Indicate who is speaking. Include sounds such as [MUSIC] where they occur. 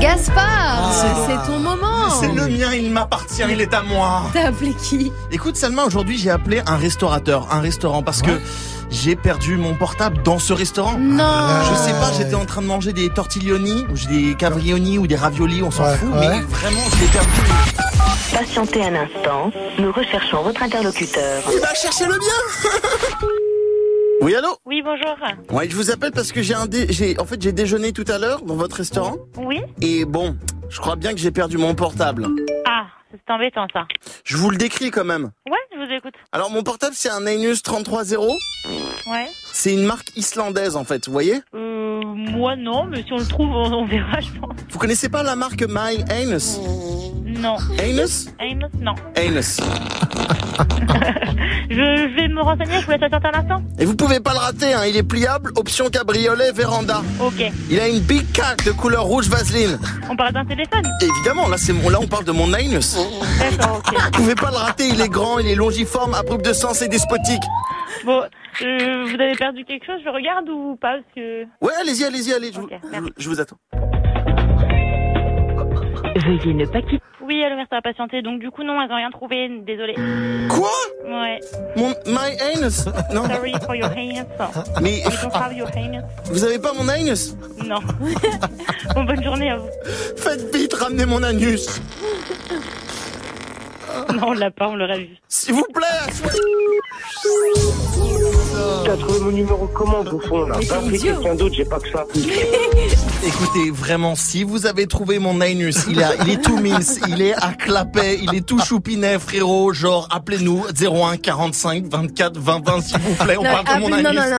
Speaker 1: Gaspard, c'est ton moment.
Speaker 2: Ah. C'est le mien, il m'appartient, il est à moi.
Speaker 1: T'as appelé qui
Speaker 2: Écoute Salma, aujourd'hui j'ai appelé un restaurateur, un restaurant parce que j'ai perdu mon portable dans ce restaurant.
Speaker 1: Non.
Speaker 2: Je sais pas, j'étais en train de manger des tortiglioni ou j'ai des cabrioni ou des raviolis, on s'en
Speaker 3: Ouais,
Speaker 2: fout,
Speaker 3: ouais.
Speaker 2: mais vraiment je l'ai perdu.
Speaker 4: Patientez un instant, nous recherchons votre interlocuteur.
Speaker 2: Il va chercher le bien. [LAUGHS] Oui allô
Speaker 5: Oui, bonjour.
Speaker 2: Ouais, je vous appelle parce que j'ai un dé- j'ai en fait j'ai déjeuné tout à l'heure dans votre restaurant
Speaker 5: Oui
Speaker 2: et bon, je crois bien que j'ai perdu mon portable.
Speaker 5: Ah, c'est embêtant ça.
Speaker 2: Je vous le décris quand même.
Speaker 5: Ouais, je vous écoute.
Speaker 2: Alors mon portable c'est un Ainus 330.
Speaker 5: Ouais.
Speaker 2: C'est une marque islandaise en fait, vous voyez
Speaker 5: Euh, moi non, mais si on le trouve, on, on verra, je pense.
Speaker 2: Vous connaissez pas la marque My Anus
Speaker 5: Non.
Speaker 2: Anus
Speaker 5: Amos, non.
Speaker 2: Anus.
Speaker 5: Je, je vais me renseigner, je vous laisse attendre un instant.
Speaker 2: Et vous pouvez pas le rater, hein, il est pliable, option cabriolet, véranda.
Speaker 5: Ok.
Speaker 2: Il a une big cac de couleur rouge vaseline.
Speaker 5: On parle d'un téléphone
Speaker 2: Évidemment, là, c'est mon- là on parle de mon Anus.
Speaker 5: D'accord, ok.
Speaker 2: Vous pouvez pas le rater, il est grand, il est longiforme, abrupt de sens et despotique.
Speaker 5: Bon, euh, vous avez perdu quelque chose, je regarde ou pas Parce que...
Speaker 2: Ouais, allez-y, allez-y, allez, je vous,
Speaker 5: Ok,
Speaker 2: je vous-
Speaker 5: merci.
Speaker 2: je vous attends.
Speaker 4: Veuillez ne pas quitter.
Speaker 5: Oui, allô, merci à patienter. Donc du coup, non, elles ont rien trouvé, désolé.
Speaker 2: Quoi
Speaker 5: Ouais,
Speaker 2: Mon My Anus Non,
Speaker 5: sorry for your heinous.
Speaker 2: mais
Speaker 5: We don't have your heinous.
Speaker 2: vous avez pas mon Anus
Speaker 5: Non. [LAUGHS] bon, bonne journée à vous.
Speaker 2: Faites vite, ramenez mon anus.
Speaker 5: Non, on l'a pas, on l'aurait vu.
Speaker 2: S'il vous plaît,
Speaker 6: T'as trouvé mon numéro comment, bouffon, là
Speaker 1: Mais
Speaker 6: T'as
Speaker 1: t'es
Speaker 6: pris
Speaker 1: idiot.
Speaker 6: quelqu'un d'autre, j'ai pas que ça.
Speaker 2: Écoutez, vraiment, si vous avez trouvé mon Ninus, il, a- il est tout mince, il est à clapet, il est tout choupinet, frérot. Genre, appelez-nous 01 45 24 20 20, s'il vous plaît, on
Speaker 1: Non,
Speaker 2: parle de mon
Speaker 1: appelez- non,
Speaker 2: Ninus.
Speaker 1: non, non,